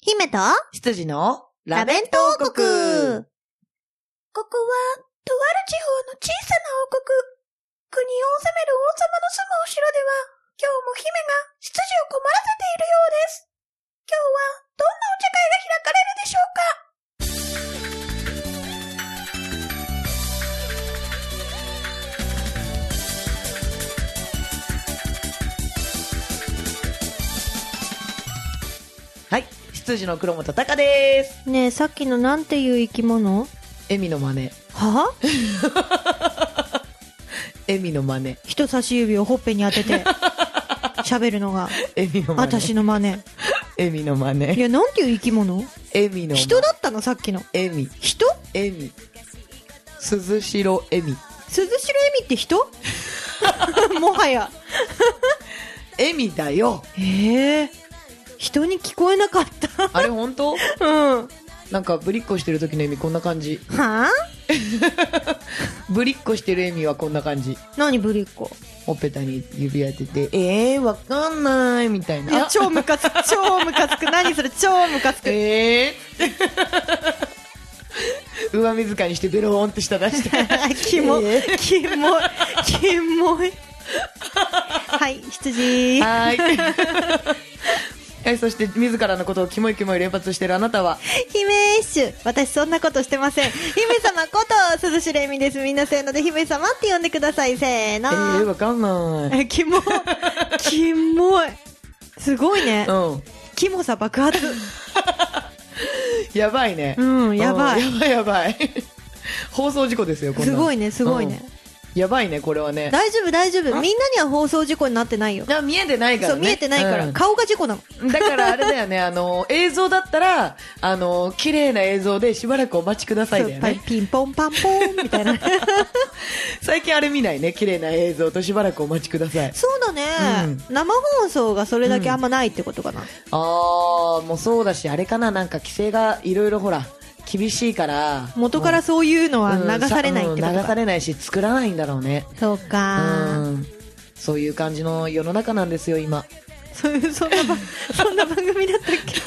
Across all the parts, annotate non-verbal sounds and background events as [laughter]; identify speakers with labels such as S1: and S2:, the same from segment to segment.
S1: 姫と
S2: 羊の
S1: ラベント王国ここは、とある地方の小さな王国。国を治める王様の住むお城では、今日も姫が執事を困らせているようです。今日はどんなお茶会が開かれるでしょうか
S2: はい、羊の黒本隆です。
S1: ねえ、さっきのなんていう生き物
S2: エミの真似。
S1: は
S2: エミの真似。
S1: 人差し指をほっぺに当て [laughs] て、喋るのが、
S2: エミの真似。
S1: 私の真似。
S2: エミの真
S1: い
S2: 似。
S1: や、なんていう生き物
S2: エミの真似
S1: 人だったの、さっきの。
S2: エミ。
S1: 人
S2: エミ。鈴代エミ。
S1: 鈴代恵美って人 [laughs] もはや。
S2: エミだよ。
S1: ええ人に聞こえなかった。
S2: あれ本 [laughs] 当
S1: うん。は
S2: なんかぶりっこしてる時のエミこんな感じ。
S1: あ
S2: ぶりっこしてるエミはこんな感じ。
S1: 何ぶりっ子。
S2: ほっぺたに指当てて、えー、わかんない、みたい
S1: あ
S2: な。
S1: 超ムカつく、超ムカつく。何それ、超ム
S2: [laughs]
S1: カつく。
S2: えー、上目遣いにしてベ [laughs] ローンって下出して。
S1: キモ、
S2: え
S1: キモい、キモい。はい、羊。
S2: はい。 [laughs] はい、そして自らのことをキモいキモい連発してるあなたは、
S1: 姫一種。私そんなことしてません。姫様こと、鈴代恵美です。みんなせーので姫様って呼んでください。せー
S2: えー、
S1: の。
S2: わかんない。
S1: え、キモ。キモい。すごいね
S2: う。ん。
S1: キモさ爆発。
S2: やばいね。
S1: うん、やばい。
S2: うんやばいやばい。 [laughs] 放送事故ですよ、こんな
S1: す
S2: の
S1: ごいね、すごいね。
S2: うんやばいね、これはね。
S1: [laughs] 大丈夫、大丈夫。みんなには放送事故になってないよ。
S2: だ見えてないから
S1: そ
S2: ね。
S1: う、見えてないから。
S2: うん
S1: 顔が事故なの。
S2: だからあれだよね、あの、映像だったら、あの、綺麗な映像でしばらくお待ちくださいだよ
S1: そう
S2: ね。
S1: ピンポンパンポンみた [laughs] いな。
S2: 最近あれ見ないね、綺麗な映像としばらくお待ちください。
S1: そうだね、生放送がそれだけあんまないってことかな。
S2: あー、もうそうだし、あれかな、なんか規制がいろいろほら、厳しいから。
S1: 元からそういうのは
S2: うん
S1: 流されないってこと
S2: うん流さ
S1: か。
S2: れないし、作らないんだろうね。
S1: そう
S2: う
S1: か。
S2: ん。そういう感じの世の中なんですよ、今。 [laughs]
S1: そういう、そんな [laughs] ば、そんな番組だったっ [laughs] け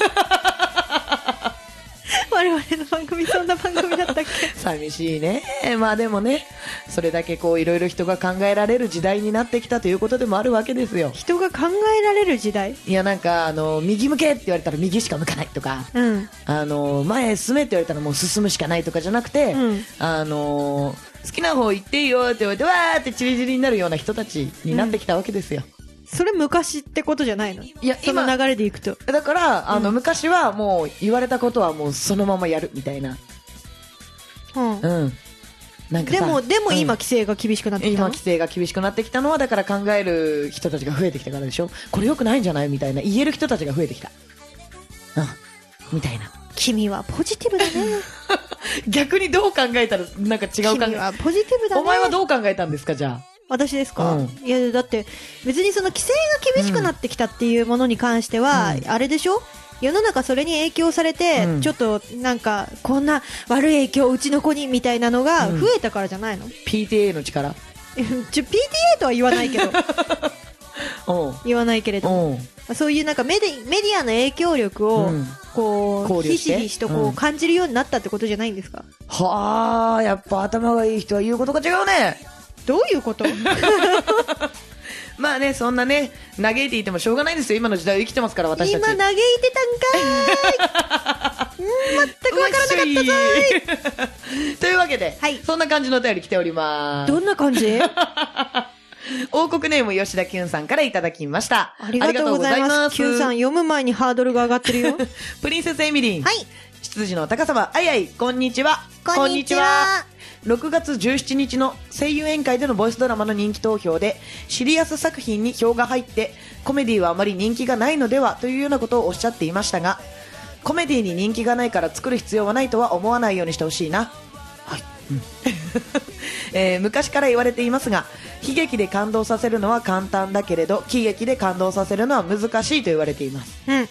S1: 我々の番組、そんな番組だったっけ
S2: 寂しいね。まあでもね、それだけこういろいろ人が考えられる時代になってきたということでもあるわけですよ。
S1: 人が考えられる時代
S2: いやなんか、あの、右向けって言われたら右しか向かないとか、
S1: うん。
S2: あの、前へ進めって言われたらもう進むしかないとかじゃなくて、
S1: うん
S2: あの、好きな方行っていいよって言われて、わーってチリチリになるような人たちになってきたわけですよ。
S1: それ昔ってことじゃないのい
S2: や
S1: その
S2: 今
S1: 流れでいくと。
S2: だから、あの、
S1: う
S2: 昔はもう言われたことはもうそのままやるみたいな。
S1: うん
S2: うん。なんか
S1: で
S2: さ
S1: も、でも今
S2: うん
S1: 規制が厳しくなってき
S2: 今
S1: たの
S2: 規制が厳しくなってきたのはだから考える人たちが増えてきたからでしょこれ良くないんじゃないみたいな言える人たちが増えてきたうんみたいな
S1: 君はポジティブだね。
S2: 逆にどう考えたらなんか [laughs] 違う考
S1: 君
S2: え
S1: はポジティブだね。
S2: お前はどう考えたんですかじゃ
S1: 私ですか、
S2: うん
S1: いやだって別にその規制が厳しくなってきたっていうものに関しては、
S2: うん
S1: あれでしょ世の中それに影響されて、
S2: うん
S1: ちょっとなんかこんな悪い影響うちの子にみたいなのが
S2: うん
S1: 増えたからじゃないの、 [laughs]
S2: あ PTA の力
S1: ちょ PTA とは言わないけ
S2: [laughs]
S1: ど
S2: うん
S1: 言わないけれども
S2: うん
S1: そういうなんかメディメディアの影響力を、
S2: うん
S1: こ
S2: 考
S1: う
S2: 慮
S1: ひ
S2: して
S1: しひしとこ
S2: う
S1: うん感じるようになったってことじゃないんですか、
S2: はあやっぱ頭がいい人は言うことが違うね
S1: どういうこと
S2: まあねそんなね嘆いていてもしょうがないですよ今の時代を生きてますから私た
S1: 今
S2: ち
S1: 嘆いてたんかーいうん全くわからなかったぞ
S2: い [laughs] というわけで、
S1: はい
S2: そんな感じのお便り来ております
S1: どんな感じ
S2: 王国ネーム吉田きゅんさんからいただきました。
S1: ありがとうございます。
S2: あ
S1: Q
S2: りがとうご
S1: さん
S2: ざい
S1: 読む前にハードルが上がってるよ。はい。
S2: ます [laughs] プリンセスエミリン。執事の高様、あいあい、こんにちは。
S1: こんにちは。
S2: 6月17日の声優宴会でのボイスドラマの人気投票でシリアス作品に票が入ってコメディはあまり人気がないのではというようなことをおっしゃっていましたがコメディに人気がないから作る必要はないとは思わないようにしてほしいな、はいうん [laughs] えー昔から言われていますが悲劇で感動させるのは簡単だけれど喜劇で感動させるのは難しいと言われています
S1: うん。
S2: うん、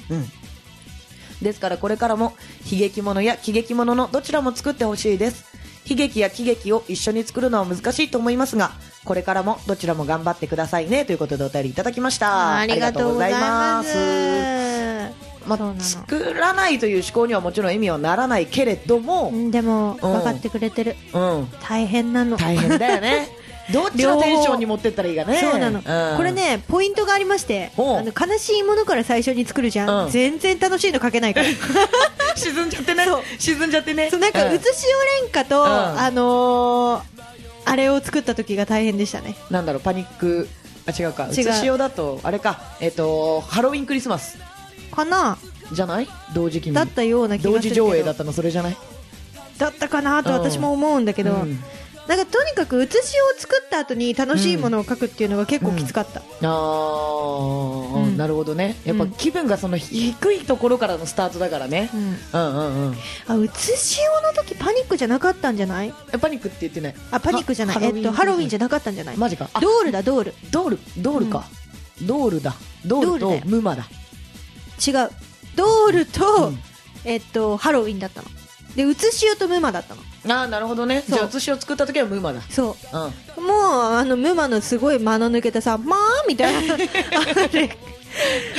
S2: ですからこれからも悲劇ものや喜劇もののどちらも作ってほしいです悲劇や喜劇を一緒に作るのは難しいと思いますがこれからもどちらも頑張ってくださいねということでお便りいただきました
S1: ありがとうございます
S2: ありがとうございます
S1: そうな
S2: まあ、
S1: の
S2: 作らないという思考にはもちろん意味はならないけれども、
S1: うんでも
S2: うん
S1: 分かってくれてる
S2: うん、
S1: 大変なの
S2: 大変だよねどっちのテンションに持ってったらいいかね
S1: [laughs] そうなの、
S2: うん
S1: これねポイントがありましてあ
S2: おう
S1: の悲しいものから最初に作るじゃん、
S2: うん
S1: 全然楽しいの書けないから [laughs]
S2: 沈んじゃってね沈んじゃってね
S1: そうなんか、
S2: う
S1: うつしおれんかと、
S2: ん
S1: あのーあれを作った時が大変でしたね
S2: なんだろうパニックあ違うかう
S1: 違う
S2: つしおだとあれかえっ、とハロウィンクリスマス
S1: かな
S2: じゃない同時期に
S1: だったような気
S2: 同
S1: がす
S2: 時
S1: るけど
S2: 上映だったのそれじゃない
S1: だったかなと私も思うんだけど、
S2: うん
S1: なんかとにかく写しを作った後に楽しいものを書くっていうのが結構きつかった、
S2: あー、
S1: うん
S2: なるほどねやっ
S1: う
S2: ぱ
S1: ん
S2: 気分がその低いところからのスタートだからね
S1: う、ん
S2: うん、うんうん
S1: あ写しをの時パニックじゃなかったんじゃない
S2: えパニックって言ってない
S1: あパニックじゃない
S2: は
S1: えっとハロウィンじゃ
S2: な
S1: なかったんじゃない、
S2: マジかあ
S1: ドールだドール
S2: ドールドールか、ドールだドール
S1: ドールだ
S2: と
S1: よ
S2: ムマだ
S1: 違うドールと、
S2: うん
S1: えっとハロウィンだったので写しおとムマだったの
S2: ああなるほどね
S1: そ
S2: じ
S1: う
S2: ゃあ写しを作った時はムマだ
S1: そ
S2: うん
S1: うもうあのムマのすごい間の抜けたさ「まあ」みた
S2: [laughs]
S1: いなあれ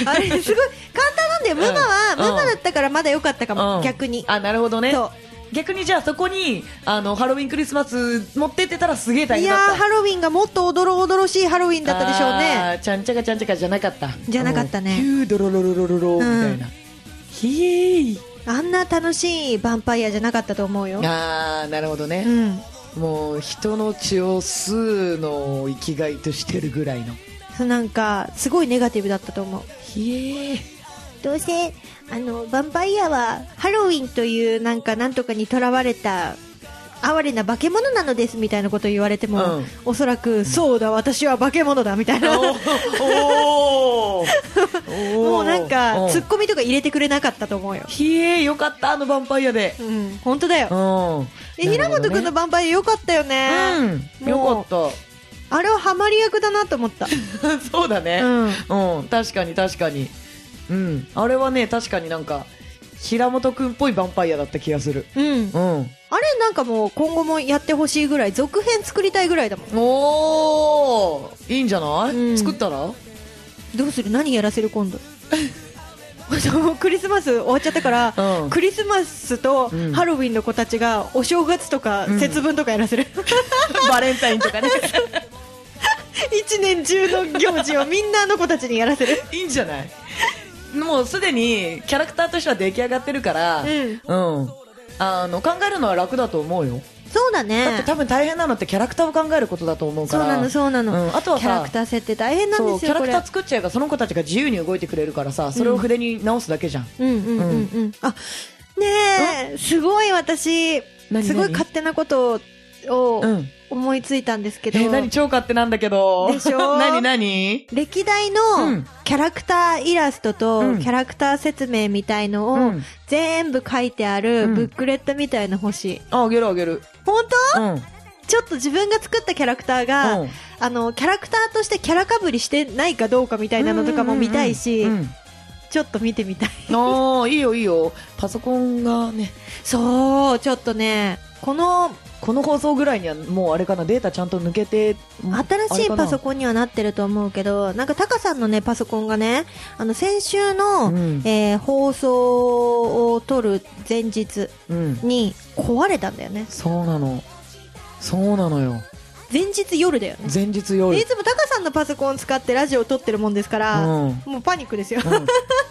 S1: あれすごい簡単なんだよムマは、
S2: うん
S1: ムマだったからまだ良かったかも、
S2: うん
S1: 逆に
S2: あなるほどね
S1: そ
S2: 逆にじゃあそこにあのハロウィンクリスマス持ってってたらすげえ
S1: う
S2: 大
S1: い
S2: 変
S1: や
S2: だった
S1: ーハロウィンがもっとおどろおどろしいハロウィンだったでしょうね
S2: あーちゃんちゃかちゃんちゃかじゃなかった
S1: じゃなかったね
S2: ヒュードロロロロロロみたいな、
S1: う
S2: ひえい
S1: あんな楽しいヴァンパイアじゃなかったと思うよ
S2: あーなるほど
S1: う
S2: ね、
S1: ん
S2: もう人の血を吸うのを生きがいとしてるぐらいの
S1: そうなんかすごいネガティブだったと思う
S2: ひえい
S1: どうせあのヴァンパイアはハロウィンというなんかなんとかにとらわれた哀れな化け物なのですみたいなことを言われても、
S2: うん
S1: おそらくそうだ私は化け物だみたいな [laughs] も
S2: おー
S1: うなんかツッ
S2: っ
S1: コミとか入れてくれなかったと思うよ、
S2: ひえよかったあのヴァンパイアで
S1: うん、本当だよ、
S2: うん
S1: え平本君の
S2: ヴ
S1: ヴァンパイアよかったよね、
S2: うんよかっ
S1: あれはハマり役だなと思った、
S2: た [laughs] そうだね
S1: うん、
S2: うん、確かに確かに。うん、あれはね、確かになんか、平本くんっぽいヴァンパイアだった気がする。
S1: うん
S2: う、ん。
S1: あれなんかもう今後もやってほしいぐらい続編作りたいぐらいだもん
S2: おーいいんじゃない、
S1: うん
S2: 作った
S1: [laughs]
S2: ら
S1: どうする何やらせる今度 [laughs] そうクリスマス終わっちゃったから、
S2: うん
S1: クリスマスと
S2: うん
S1: ハロウィンの子たちがお正月とか
S2: うん
S1: 節分とかやらせる、 [laughs]
S2: バレンタインとかね。
S1: 一年中の行事をみんなあの子たちにやらせる
S2: [laughs] いいんじゃないもうすでにキャラクターとしては出来上がってるから、
S1: うん
S2: [laughs] うんあの、考えるのは楽だと思うよ。
S1: そうだね
S2: だって多分大変なのってキャラクターを考えることだと思うか
S1: そう
S2: ら。
S1: なのそうなの、
S2: うんあとは
S1: キャラ
S2: さ
S1: ク、ター設定大変なん
S2: そ
S1: で
S2: う
S1: す
S2: キャ
S1: よ
S2: ラク
S1: これ
S2: ター作っちゃえばその子たちが自由に動いてくれるからさ、それを筆に直すだけじゃん。
S1: うんうんうんうん、あねえ、すごい私
S2: 何
S1: すごい
S2: 何
S1: 勝手なことを
S2: うん
S1: 思いついたんですけど、
S2: えー、何超勝手なんだけど。
S1: でしょ
S2: [laughs] 何何
S1: 歴代
S2: う
S1: の
S2: ん
S1: キャラクターイラスト
S2: う
S1: と
S2: ん
S1: キャラクター説明みたいの
S2: う
S1: を
S2: ん。
S1: 全部書いてある
S2: うん
S1: ブックレットみたいな欲しい。
S2: あ、あげるあげる。
S1: 本
S2: うん。うん。
S1: 当ちょっと自分が作ったキャラクターが、あの、キャラクターとしてキャラかぶりしてないかどうかみたいなのとかも見たいし
S2: う、んうん
S1: ちょっと見てみたい。
S2: ああ、いいよいいよ。パソコンがね、
S1: そう、ちょっとね、この
S2: この放送ぐらいにはもうあれかな、データちゃんと抜けて。
S1: 新しいパソ
S2: コ
S1: コンにはなってると思うけど、なんかタカさんのね、パソコンがね、あの、先週の、
S2: うん
S1: えー放送を撮る前日
S2: うん。
S1: に壊れたんだよね。
S2: そうなの。そうなのよ。
S1: 前日夜だよね
S2: 前日
S1: で
S2: 夜
S1: い。つもタカさんのパソコン使ってラジオを撮ってるもんですか
S2: う
S1: ら、
S2: ん。うん
S1: もうパニックですよ、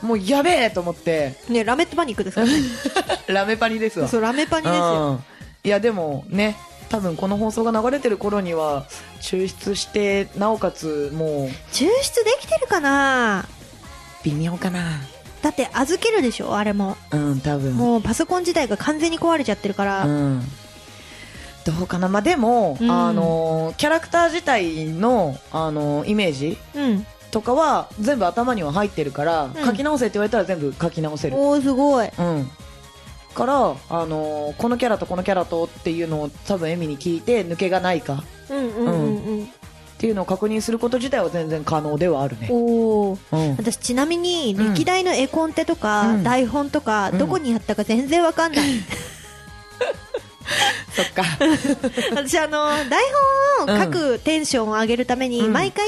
S2: もうやべえと思って、
S1: ねラメットパニックですから、ね、
S2: ラメパニですわ。
S1: そう [laughs] ラメパニですよ
S2: うんいやでもね多分この放送が流れてる頃には抽出してなおかつもう
S1: 抽出できてるかな
S2: 微妙かな
S1: だって預けるでしょあれも、
S2: うん多分
S1: もうパソコン自体が完全に壊れちゃってるから、
S2: うんどうかなまあでも、
S1: うん
S2: あのキャラクター自体のあのイメージ
S1: うん
S2: とかは全部頭には入ってるから、
S1: ん
S2: 書き直せって言われたら全部書き直せる
S1: おおすごい
S2: うんからあのこのキャラとこのキャラとっていうのを多分エミに聞いて抜けがないか
S1: うんうんうんうん、
S2: っていうのを確認すること自体は全然可能ではあるね
S1: おお
S2: うん
S1: [laughs] 私ちなみに
S2: うん
S1: 歴代の絵コンテとか、
S2: うん
S1: 台本とか、
S2: うん [laughs]
S1: どこにやったか全然わかんない、
S2: そっか。
S1: 私あの台本を書くテンションを上げるために、
S2: うん
S1: 毎回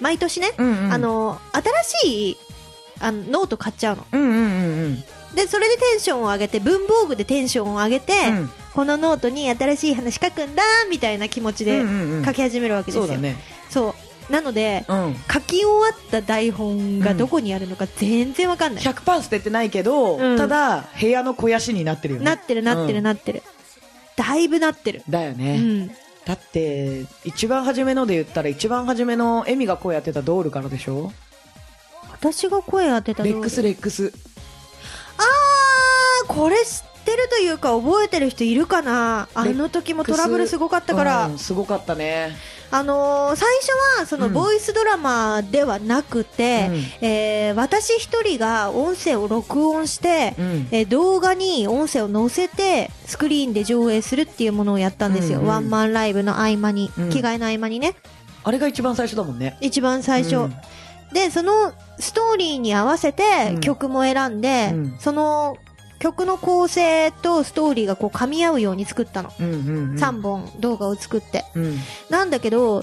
S1: 毎年ね、
S2: うんうん
S1: あの新しいあのノート買っちゃうの
S2: うんうんうんうん。
S1: でそれでテンションを上げて文房具でテンションを上げて、
S2: うん
S1: このノートに新しい話書くんだみたいな気持ちで
S2: うんうんうん
S1: 書き始めるわけですよ、
S2: そうだね。
S1: そうなので、
S2: うん。
S1: 書き終わった台本がどこにあるのか全然わかんない、
S2: 100%捨ててないけど、
S1: うん
S2: ただ、部屋の肥やしになってるよね。
S1: なってるなってるなってる、だいぶなってる、
S2: だよ
S1: う
S2: ね。
S1: ん、
S2: だって、一番初めので言ったら、一番初めのエミが声やってたドールからでしょ
S1: 私が声当てたの
S2: レックスレックス。
S1: あーこれ知ってるというか覚えてる人いるかなあの時もトラブルすごかったから、
S2: うんすごかったね。
S1: あのー最初はその
S2: うん
S1: ボイスドラマではなくて、えー私一人が音声を録音して、
S2: うん。
S1: えー動画に音声を載せてスクリーンで上映するっていうものをやったんですよ、
S2: うんうん
S1: ワンマンライブの合間に、
S2: うん
S1: 着替えの合間にね
S2: あれが一番最初だもんね。
S1: 一番最初、
S2: うん
S1: でそのストーリーに合わせて
S2: うん
S1: 曲も選んで、
S2: うん
S1: その曲の構成とストーリーがこう噛み合うように作ったの、
S2: うんうんうん。
S1: 3本動画を作って
S2: うん。
S1: なんだけど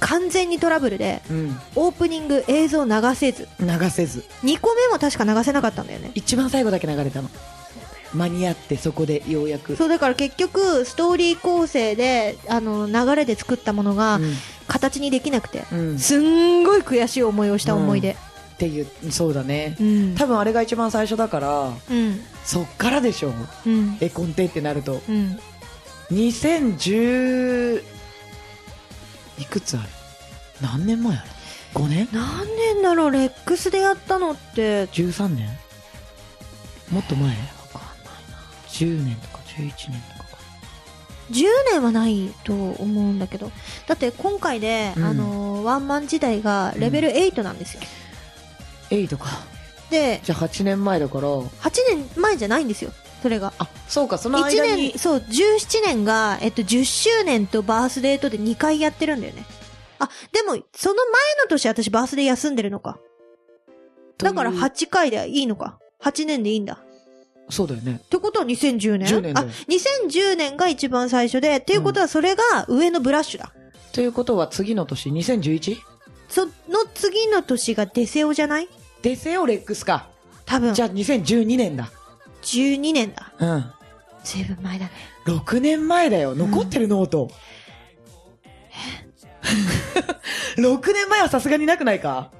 S1: 完全にトラブルで
S2: うん。
S1: オープニング映像流せず
S2: 流せず。
S1: 2個目も確か流せなかったんだよね
S2: 一番最後だけ流れたの。間に合って、そこでようやく。
S1: そうだから結局ストーリー構成であの流れで作ったものが形にできなくて、
S2: うんうん。っ
S1: すんごい悔しい思いをした思い出
S2: ていう、そうだね。
S1: うん
S2: 多分あれが一番最初だから、
S1: うん
S2: そっからでしょ。
S1: うん
S2: 絵コンテってなると。
S1: うん
S2: 2010いくつある何年前ある5年
S1: 何年だろうレックスでやったのって
S2: 13年もっと前わかんないな10年とか11年とかか
S1: 10年はないと思うんだけどだって今回で、
S2: うん
S1: あのーワンマン時代がレベル8なんですよ、
S2: 8か
S1: で
S2: じゃあ8年前だから
S1: 8年前じゃないんですよそれが
S2: あそうかその
S1: 1
S2: 間に
S1: 年そう17年が、えっと、10周年とバースデーとで2回やってるんだよねあでもその前の年私バースデー休んでるのか
S2: という
S1: だから8回でいいのか8年でいいんだ
S2: そうだよね
S1: ってことは2010年
S2: 10年だ
S1: あ
S2: よ
S1: 2010年が一番最初でっていうことはそれが上のブラッシュだ、
S2: ということは次の年 2011?
S1: その次の年がデセオじゃない
S2: デセオレックスか
S1: 多分
S2: じゃあ2012年だ
S1: 12年だ
S2: うん
S1: ずいぶん前だね
S2: 6年前だよ残ってるノート、6年前はさすがになくないか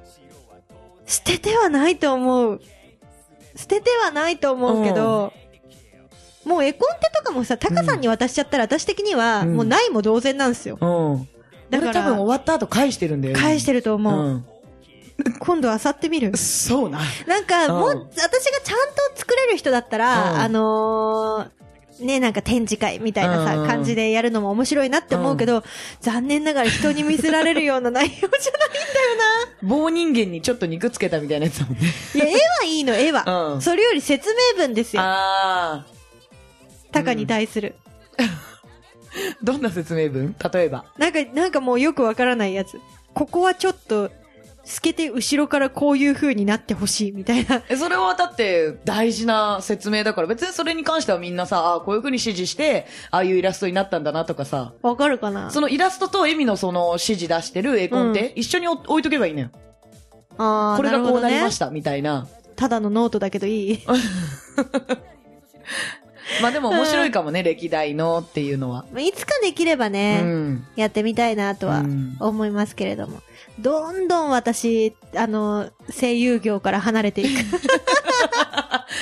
S1: 捨ててはないと思う捨ててはないと思うけど、もう絵コンテとかもさタカさんに渡しちゃったら私的には
S2: うん
S1: もうないも同然なんですよ、
S2: うん。
S1: だ
S2: だ
S1: か
S2: からら多分終わった後返してるんだよ。
S1: 返してると
S2: る
S1: 思う、
S2: ん。
S1: 今度あさってみる
S2: そうな。
S1: なんか
S2: うん
S1: もう、私がちゃんと作れる人だったら、
S2: うん
S1: あのーね、なんか展示会みたいなさ、
S2: うんうん
S1: 感じでやるのも面白いなって思うけど、残念ながら人に見せられるような内容じゃ
S2: 棒人間にちょっと肉つけたみたいなやつだもんね。
S1: ない。いや、絵はいいの、絵は。
S2: うん
S1: それより説明文ですよ。
S2: あ
S1: タカに対する。
S2: あ。どんな説明文例えば。
S1: なんか、なんかもうよくわからないやつ。ここはちょっと、透けて後ろからこういう風になってほしいみたいな。
S2: え、それはだって大事な説明だから、別にそれに関してはみんなさ、ああ、こういう風に指示して、ああいうイラストになったんだなとかさ、
S1: [laughs] わかるかな
S2: そのイラストとエミのその指示出してる絵コンテ、一緒にお置いとけばいいのよ。
S1: あー
S2: これがこうなりま
S1: るほ
S2: した、みたいな。
S1: どねただのノートだけどいい
S2: まあでも面白いかも
S1: [laughs]
S2: ね、歴代のっていうのは。
S1: まあいつかできれば
S2: う
S1: ね、
S2: ん。
S1: やってみたいなとは
S2: うん
S1: 思いますけれども、どんどん私、あの、声優業から離れてい [laughs] く。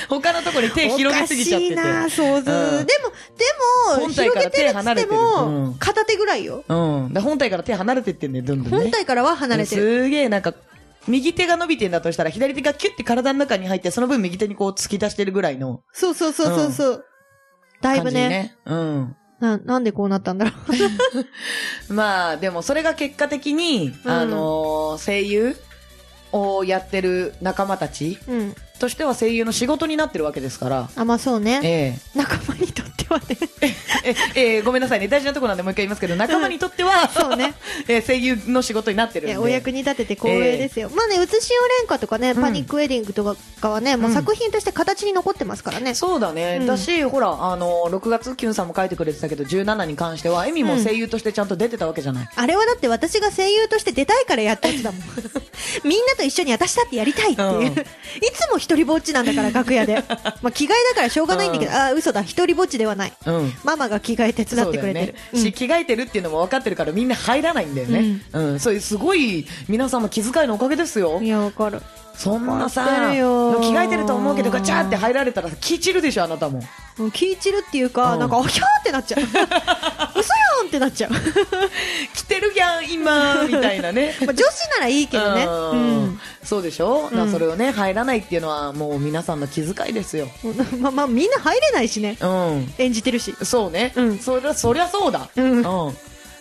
S2: 他のところに手広げすぎちゃってて。
S1: おかしいな、想像。
S2: うん
S1: でも、でも、
S2: 本体から
S1: 広げてる
S2: 手
S1: っつ
S2: 離
S1: っ
S2: れ
S1: て
S2: てるう
S1: も
S2: ん、
S1: 片手ぐらいよ。
S2: うん。だ本体から手離れてってんね、どんどんね。
S1: 本体からは離れてる。
S2: すげえなんか、右手が伸びてんだとしたら、左手がキュッて体の中に入って、その分右手にこう突き出してるぐらいの
S1: そうそうそうそうそう。だ
S2: 感
S1: い
S2: じ
S1: ぶ
S2: ね。
S1: ね
S2: うん。
S1: な、なんでこうなったんだろう。
S2: まあ、でもそれが結果的に、
S1: うん
S2: あのー声優をやってる仲間たち
S1: うん。
S2: としては声優の仕事になってるわけですから、
S1: [laughs] あ、まあそうね。
S2: ええ
S1: 仲間にとっては。と待って。
S2: え、えーごめんなさいね、大事なところなんでもう一回言いますけど、仲間にとっては、 [laughs]
S1: そうね。
S2: えー声優の仕事になってるんで。
S1: いやお役に立てて光栄ですよ、まあね「うつしお連歌」とかね「
S2: うん
S1: パニックウェディング」とかはね、もう
S2: うん
S1: 作品として形に残ってますからね、
S2: そうだね、
S1: うん
S2: だし、ほら、あの、6月、キュンさんも書いてくれてたけど、17に関しては、エミも声優としてちゃんと出てたわけじゃない。
S1: あれはだって私が声優として出たいからやったやつだも
S2: [laughs]
S1: んみんなと一緒に私だってやりたいっていう、
S2: うん
S1: いつも一人ぼっちなんだから楽
S2: [laughs]
S1: 屋でまあ着替えだからしょうがないんだけど、
S2: うん
S1: ああ嘘だ一人ぼっちではない
S2: うん。
S1: ママが着替え手伝ってくれてる
S2: そうだよねし着替えてるっていうのも分かってるからみんな入らないんだよね、うんそういうすごい皆さんの気遣いのおかげですよ
S1: うんいやわかる
S2: そんなさ
S1: 分かってるよ
S2: 着替えてると思うけどガチャって入られたら気散るでしょあなたも
S1: もう聞いてるっていうか、
S2: うん
S1: なんかあひゃーってなっちゃ
S2: [laughs]
S1: う嘘やんってなっちゃうま
S2: 来てるやん今みたいなね
S1: あ女子ならいいけどね
S2: う
S1: うんん
S2: そうでしょ、だから
S1: うん
S2: それをね入らないっていうのはもう皆さんの気遣いですよ
S1: まあまあみんな入れないしね
S2: うん
S1: 演じてるし
S2: そうね、
S1: うん
S2: そりゃそりゃそうだ
S1: うん
S2: うん、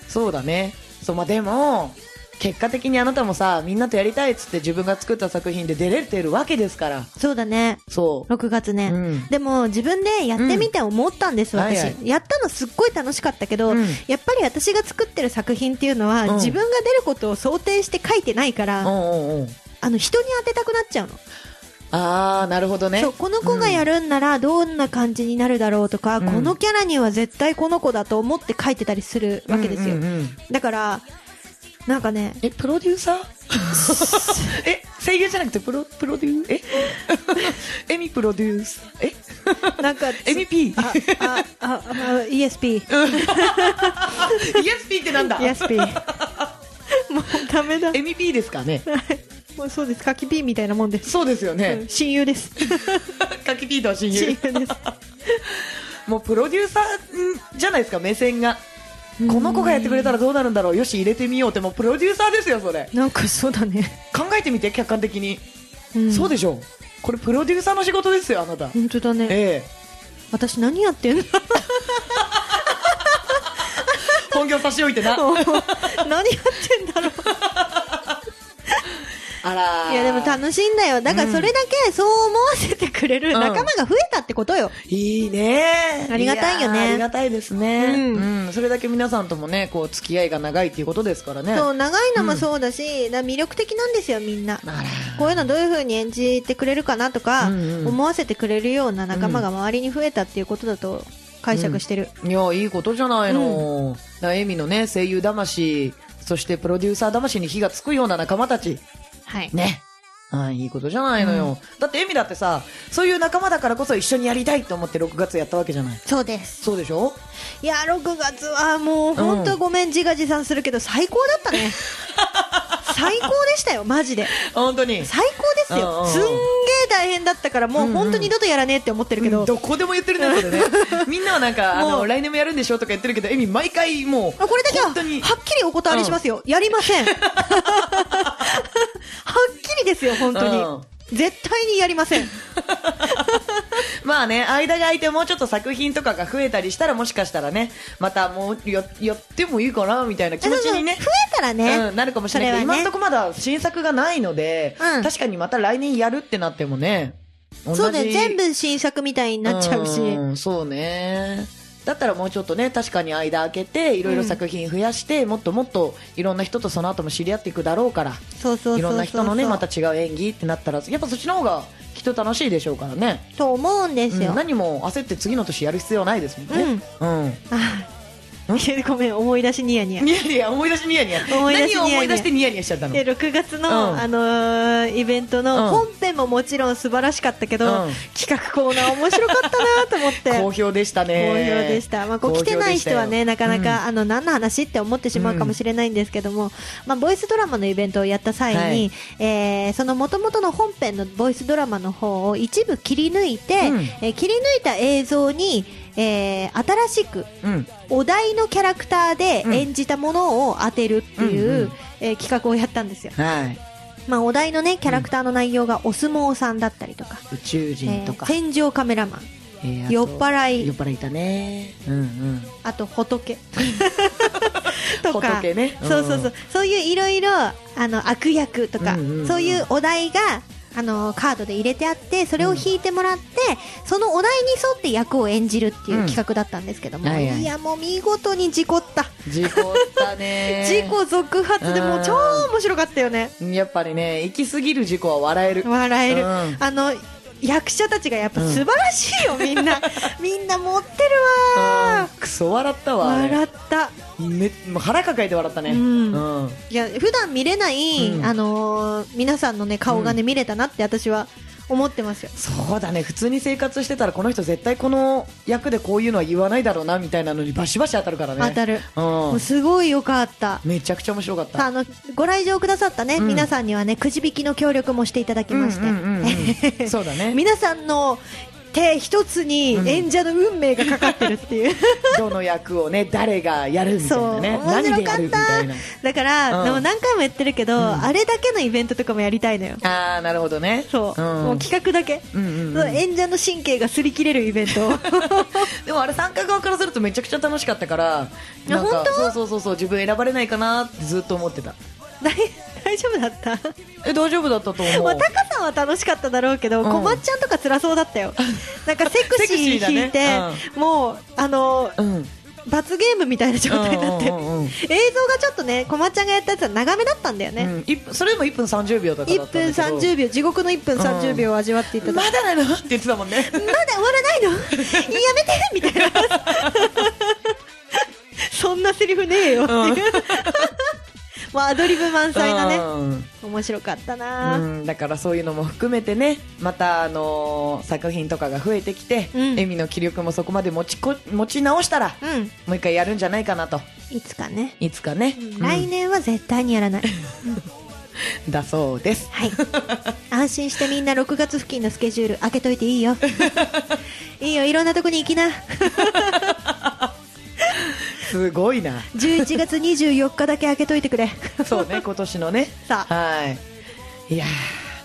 S2: そうだねそう、まあ、でも結果的にあなたもさみんなとやりたいっつって自分が作った作品で出れてるわけですから
S1: そうだね
S2: そう、
S1: 6月
S2: う
S1: ね、
S2: ん、
S1: でも自分でやってみて思ったんです、
S2: うん
S1: 私、
S2: はいは
S1: やったのすっごい楽しかったけど、
S2: うん
S1: やっぱり私が作ってる作品っていうのは、
S2: うん
S1: 自分が出ることを想定して書いてないから、
S2: うんうんうん
S1: あの人に当てたくなっちゃうの
S2: ああなるほどね
S1: そうこの子がやるんならどんな感じになるだろうとか、
S2: うん
S1: このキャラには絶対この子だと思って書いてたりするわけですよ、
S2: うんうんうん
S1: だからなんかね
S2: えプロデューサー [laughs] え声優じゃなくてプロプロデューえ [laughs] エミプロデュースえ [laughs]
S1: なんか
S2: エミ P
S1: ああああ ESP
S2: イエス P ってなんだ [laughs]
S1: ESP もうダメだ
S2: エミ P ですかね
S1: もうそうです柿ピーみたいなもんです、
S2: そうですよ
S1: うん
S2: ね、
S1: 親友です
S2: カキ P とは親
S1: 親
S2: 友
S1: 友です
S2: [laughs] もうプロデューサーんじゃないですか目線がこの子がやってくれたらどうなるんだろうよし入れてみようってもうプロデューサーですよそれ
S1: なんかそうだね、
S2: 考えてみて客観的に、
S1: うん
S2: そうでしょうこれプロデューサーの仕事ですよあなた、
S1: 本当だね
S2: ええ
S1: 私何やってんの
S2: 本業差し置いて
S1: [laughs]
S2: な
S1: [laughs] 何やってんだろう
S2: あら
S1: いやでも楽しいんだよだからそれだけそう思わせてくれる
S2: うん
S1: 仲間が増えたってことよ、
S2: いいね
S1: ありがたいよね
S2: やありがたいですね、う
S1: うん
S2: んそれだけ皆さんともねこう付き合いが長いっていうことですからね
S1: そう長いのもそうだし、だから魅力的なんですよみんな
S2: あら
S1: こういうのどういう風に演じてくれるかなとか、
S2: うんうん
S1: 思わせてくれるような仲間が周りに増えたっていうことだと解釈してる、
S2: いやいいことじゃないの、だからエミのね声優魂そしてプロデューサー魂に火がつくような仲間たち
S1: はい
S2: ね。はい、いいことじゃないのよ。だって、エミだってさ、そういう仲間だからこそ一緒にやりたいと思って6月やったわけじゃない。
S1: そうです
S2: そうでしょ
S1: いや6月はもう本当ごめん、自画自賛するけど最高だったね [laughs] 最高でしたよマジで
S2: 本当に。
S1: 最高
S2: うんうん
S1: です
S2: う
S1: よ
S2: ん
S1: すんげえ大変だったからもう本当に二度とやらねえって思ってるけど、
S2: どこでも言ってるね、そ
S1: [laughs]
S2: れね。みんなはなんか、あ
S1: も
S2: の、
S1: う
S2: 来年もやるんでしょとか言ってるけど、エミ毎回もう、
S1: あこれだけは
S2: 本
S1: は
S2: 当に
S1: っきりお断りしますよ、やりま
S2: [laughs]
S1: せんはっきりですよ本当に、絶対にやりません
S2: まあね、間が空いてもうちょっと作品とかが増えたりしたら、もしかしたらね、またもうややってもいいかな、みた [laughs] いな気持ちにね
S1: そうそう。増えたらね、
S2: うん、なるかもしれないけど、
S1: それ
S2: 今
S1: はね
S2: のとこまだ新作がないので、
S1: うん
S2: 確かにまた来年やるってなってもね、同じ
S1: そうね全部新作みたいになっちゃうし、
S2: んそうねだったらもうちょっとね確かに間空けていろいろ作品増やして、もっともっといろんな人とその後も知り合っていくだろうから
S1: そうそうそうそう
S2: いろんな人のねまた違う演技ってなったらやっぱそっちの方がきっと楽しいでしょうからね、
S1: と思うんですよ、
S2: うん何も焦って次の年やる必要ないですもんねうん、
S1: あーごめん思い出しニヤニヤ
S2: ニヤニヤ思い出しニヤニヤ
S1: 思い出しニヤニヤ
S2: 何を思い出してニヤニヤしちゃったの
S1: で6月の、
S2: うん
S1: あのーイベント
S2: う
S1: の
S2: ん
S1: 本編ももちろん素晴らしかったけど、
S2: うん
S1: 企画コーナー面白かったなと思っ
S2: [laughs]
S1: て
S2: 好評でしたね
S1: 好評でした、まあ、こう
S2: 好
S1: 来
S2: 評で
S1: て
S2: したよ
S1: ない人はねなかな
S2: うん
S1: か、あの何の話って思ってしまうかもしれないんですけども、まあ、ボイスドラマのイベントをやった際に、
S2: はい
S1: えーその元々の本編のボイスドラマの方を一部切り抜いて、
S2: うん
S1: えー切り抜いた映像に、えー新しく
S2: うん
S1: お題のキャラクターで演じたものを当てるっていう、
S2: うんうん
S1: えー企画をやったんですよ、
S2: はい
S1: まあ、お題のねキャラクターの内容がお相撲さんだったりとか、
S2: 宇宙人とか、
S1: えー戦場カメラマン
S2: えーあと
S1: 酔っ払い
S2: 酔っ払いいたねうんうん
S1: あ
S2: [laughs]
S1: と仏とか、
S2: 仏ね
S1: そうそうそう
S2: う
S1: そういういろいろあの悪役とか、
S2: うんうんうん
S1: そういうお題があのカードで入れてあってそれを引いてもらって、そのお題に沿って役を演じるっていう企画だったんですけども、
S2: うんはいいはい
S1: やもう見事に事故った、
S2: 事故ったね
S1: [laughs] 事故続発でもう超面白かったよね
S2: やっぱりね行き過ぎる事故は笑える
S1: 笑える、
S2: うん
S1: あの役者たちがやっぱ
S2: うん
S1: 素晴らしいよ、み
S2: [laughs]
S1: んなみんな持ってる
S2: うん
S1: わ
S2: クソ笑ったわあれ
S1: 笑った
S2: めもう腹抱えて笑ったね
S1: うん
S2: うん
S1: いや普段見れない、
S2: うん
S1: あのー皆さんのね顔がね、見れたなって私は思ってますよ
S2: そうだね普通に生活してたらこの人絶対この役でこういうのは言わないだろうなみたいなのにバシバシ当たるからね
S1: 当たる、も
S2: う
S1: うんすごいよかった
S2: めちゃくちゃ面白かっ
S1: さあ
S2: た
S1: あのご来場くださったね、
S2: うん
S1: 皆さんにはねくじ引きの協力もしていただきまして、
S2: うんうんうんうん [laughs] そうだね
S1: [laughs] 皆さんの手一つに
S2: うん
S1: 演者の運命がかかってるっていう
S2: どの役をね誰がやるみたい
S1: そう
S2: なね
S1: 面
S2: 何
S1: 白
S2: で
S1: か
S2: や
S1: っ
S2: るみたいな
S1: ただから、
S2: うん
S1: でも何回も言ってるけど、
S2: ん
S1: あれだけのイベントとかもやりたいのよ
S2: ああなるほどね
S1: そう、
S2: ん
S1: もう企画だけ、
S2: うんうん
S1: そううん演者の神経が擦り切れるイベント
S2: でもあれ参加側からするとめちゃくちゃ楽しかったから
S1: いや
S2: なんか
S1: 本当
S2: そうそうそうそう自分選ばれないかなってずっと思ってた
S1: 大 [laughs] 大丈夫だった
S2: え大丈夫だったと思
S1: まあ、
S2: う
S1: タカさんは楽しかっただろうけど、
S2: うん
S1: こまっちゃんとか辛そうだった
S2: [laughs]
S1: よ。なんかセク
S2: セクシ
S1: シ
S2: ーだ
S1: ー
S2: ね
S1: 引いて、もう、あの、
S2: うん
S1: 罰ゲームみたいな状態になって、
S2: うんうんうんうん
S1: 映像がちょっとね、こまっちゃんがやったやつは長めだったんだよね。
S2: うん一分それでも1分30秒とかだ
S1: 1
S2: ったん
S1: 分
S2: だけど
S1: 30秒、地獄の1分30秒を味わっていただいて
S2: まだなのって言ってたもんね
S1: まだ終わらないの [laughs] やめてみたいな。 [laughs] そんなセリフねえよって
S2: [laughs]
S1: いう。まあ、アドリブ満載なね。
S2: うん
S1: 面白かった
S2: う
S1: な、
S2: ん、だからそういうのも含めてねまた、あのー作品とかが増えてきて、
S1: うん
S2: エミの気力もそこまで持ちこ持ち直したら
S1: うん。
S2: もう一回やるんじゃないかなと
S1: いつかね。
S2: いつかね、うん
S1: 来年は絶対にやら [laughs] ない。
S2: だそうです
S1: はい。安心してみんな6月付近のスケジュール開けといてい [laughs] いよ。いいよ、いろんなとこに行きな。
S2: すごいな
S1: 11月24日だけ開けといてくれ。
S2: そうね、今年のね。
S1: さあ
S2: はい。いや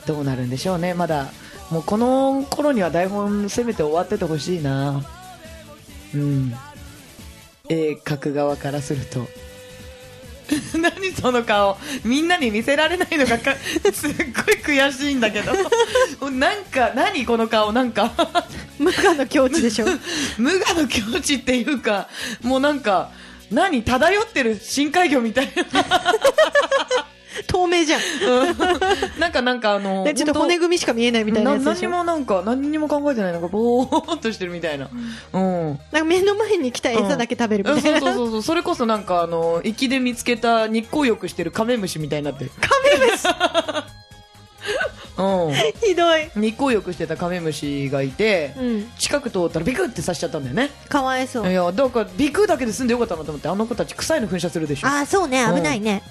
S2: ー、どうなるんでしょうね、まだ。もうこの頃には台本せめて終わっててほしいな。うん。絵描く側からすると。 [laughs] 何その顔みんなに見せられないのが [laughs] かすっごい悔しいんだけどなんか何この顔なんか
S1: 無我の境地でしょ。
S2: 無我の境地っていうかもうなんか何漂ってる深海魚みたいな [laughs]
S1: 透明じゃん。
S2: うんなんかなんかあの
S1: でちょっと骨組みしか見えないみたいなやつでし
S2: 何
S1: ょ。
S2: もなんか何にも考えてないなんかぼーっとしてるみたいなうん、
S1: なんか目の前に来た餌だけ食べる
S2: うん
S1: みたいな。
S2: そうそうそうそう [laughs] それこそなんかあの駅で見つけた日光浴してるカメムシみたいになってる
S1: カメムシ
S2: [laughs] う
S1: ひどい。
S2: ん日光浴してたカメムシがいて、
S1: うん。
S2: 近く通ったらビクって刺しちゃったんだよね
S1: かわいそう
S2: い。やだからビクだけで済んでよかったなと思ってあの子たち臭いの噴射するでしょ
S1: ああ、そうね、危ないね。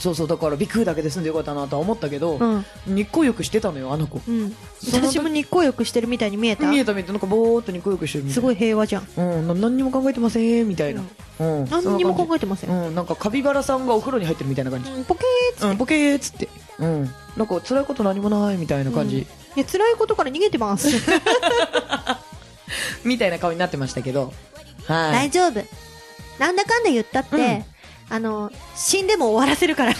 S2: そうそうだからビクだけで済んでよかったなとは思ったけど、
S1: うん。
S2: 日光浴してたのよあの子
S1: うん。
S2: その時
S1: 私も日光浴してるみたいに見えた
S2: 見。えた見えたなんかぼーっと日光浴してるみたい
S1: す
S2: な
S1: ごい平和じゃん。
S2: うん、な何にも考えてませんみたいな、うん
S1: 何にも考
S2: え
S1: えてません。
S2: うん、なんかカピバラさんがお風呂に入ってるみたいな感じ、
S1: うんポケーっつって
S2: うん、ボケーっつって、うん、なんか辛いこと何もないみたいな感じ、
S1: いや辛いことから逃げてます
S2: みたいな顔になってましたけど、はい
S1: 大、丈夫なんだかんだ言ったって、
S2: うん
S1: あの死んでも終わらせるから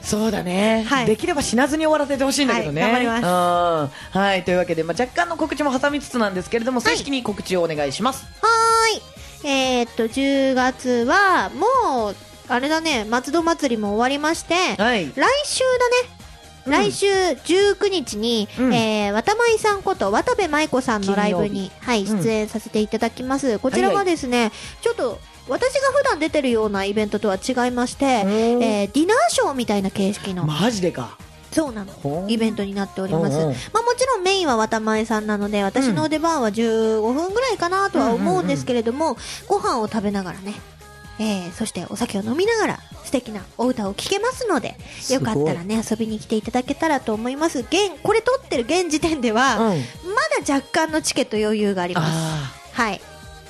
S2: そうだね、
S1: はい
S2: できれば死なずに終わらせてほしいんだけどね、
S1: はい頑張り
S2: 張ります、はい、というわけで、まあ、若干の告知も挟みつつなんですけれども、
S1: はい
S2: 正式に告知をお願いします、
S1: はーい [laughs] えーっと10月はもうあれだね松戸祭りも終わりまして来
S2: はい、
S1: 週だね
S2: うん
S1: 来週19日に、
S2: うん
S1: えー、渡舞さんこと渡部舞子さんのライブ
S2: 金
S1: に、は
S2: う
S1: い、
S2: ん
S1: 出演させていただきます。こちらはですね、ちょっと私が普段出てるようなイベントとは違いまして、
S2: おー
S1: えー、ディナーショーみたいな形式の、
S2: マジでか、
S1: そうなの
S2: ほう
S1: イベントになっております、
S2: うんうん
S1: まあ、もちろんメインは渡前さんなので私の出番は15分ぐらいかなとは思うんですけれども、ご飯を食べながらね、えー、そしてお酒を飲みながら素敵なお歌を聴けますのでよかったらね遊びに来ていただけたらと思います現これ撮ってる現時点では、
S2: うん、
S1: まだ若干のチケット余裕があります
S2: あ
S1: はい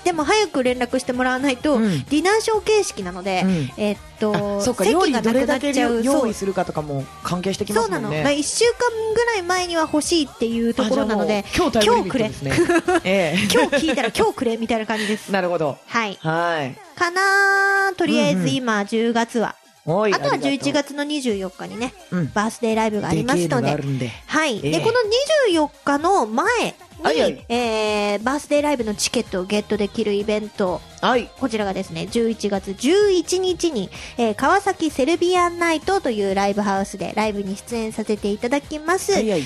S1: でも早く連絡してもらわないと、
S2: うん
S1: ディナーショー形式なので、
S2: うん
S1: えーっ
S2: ー
S1: と
S2: あそうか料
S1: 席
S2: 理
S1: が
S2: ど
S1: な
S2: れ
S1: くな
S2: だ
S1: っ
S2: け
S1: ちゃう
S2: 用
S1: そう
S2: 意するかとかも関係してきま
S1: そう
S2: すも
S1: なんの、
S2: ね
S1: 1週間ぐらい前には欲しいっていうところなので
S2: あじゃあもう今日タイムリミットですね
S1: 今日く
S2: [laughs]
S1: れ
S2: え
S1: 今日聞いたら [laughs] 今日くれみ [laughs] たいな感じで
S2: え
S1: す
S2: なるほど
S1: はい
S2: はい
S1: かなーとりあえ
S2: うんう
S1: ず
S2: ん
S1: 今10月は
S2: おい
S1: あとは
S2: りがう
S1: 11月の24日にね、
S2: うん
S1: バースデーライブがありま
S2: で
S1: すの
S2: けえのがあ
S1: で、
S2: るんで
S1: はい。
S2: ええ
S1: で、この24日の前に、
S2: はいはい
S1: えーバースデーライブのチケットをゲットできるイベント、
S2: はい
S1: こちらがですね、11月11日に、えー川崎セルビアンナイトというライブハウスでライブに出演させていただきます。
S2: はいはい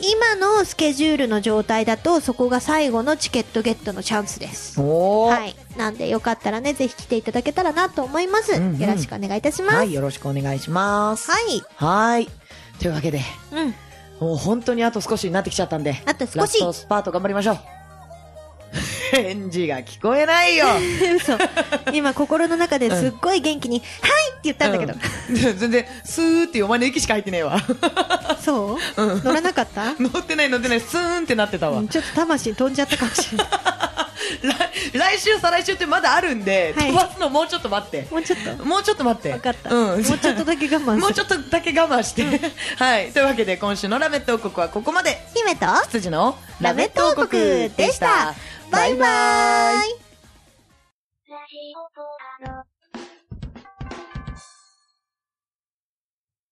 S1: 今のスケジュールの状態だと、そこが最後のチケットゲットのチャンスです。
S2: おお、
S1: はい。なんで、よかったらね、ぜひ来ていただけたらなと思います。
S2: うんうん
S1: よろしくお願いいたします。
S2: は、
S1: はいい。
S2: よろしくお願いしますはいというわけで
S1: うん。 [laughs]
S2: もう本当にあと少しになってきちゃったんで
S1: あと少
S2: ラス
S1: し。
S2: トスパート頑張りましょう [laughs] 返事が聞こえないよ
S1: 嘘。今、心の中ですっごい元気に、はいって言ったんだけど。
S2: うん [laughs] 全然スーっていうお前の息しか入ってねえわ [laughs]
S1: そう、
S2: うん
S1: 乗らなかった
S2: 乗ってない乗ってないスーンってなってたわ、
S1: うんちょっと魂飛んじゃったかもしれない。
S2: 来来週再来週ってまだあるんで、
S1: はい
S2: 飛ばすのもうちょっと待って
S1: もうちょっと。
S2: もうちょっと待って
S1: 分かった。
S2: うん、
S1: もうちょっとだけ我慢す
S2: [laughs]
S1: る。
S2: もうちょっとだけ我慢して、 [laughs] はいというわけで今週の「ラメット王国」はここまで
S1: 姫と
S2: 羊の
S1: ラメット王国でした。
S2: バ
S1: バ
S2: イ
S1: イ
S2: バ
S1: バ
S2: イ
S1: イ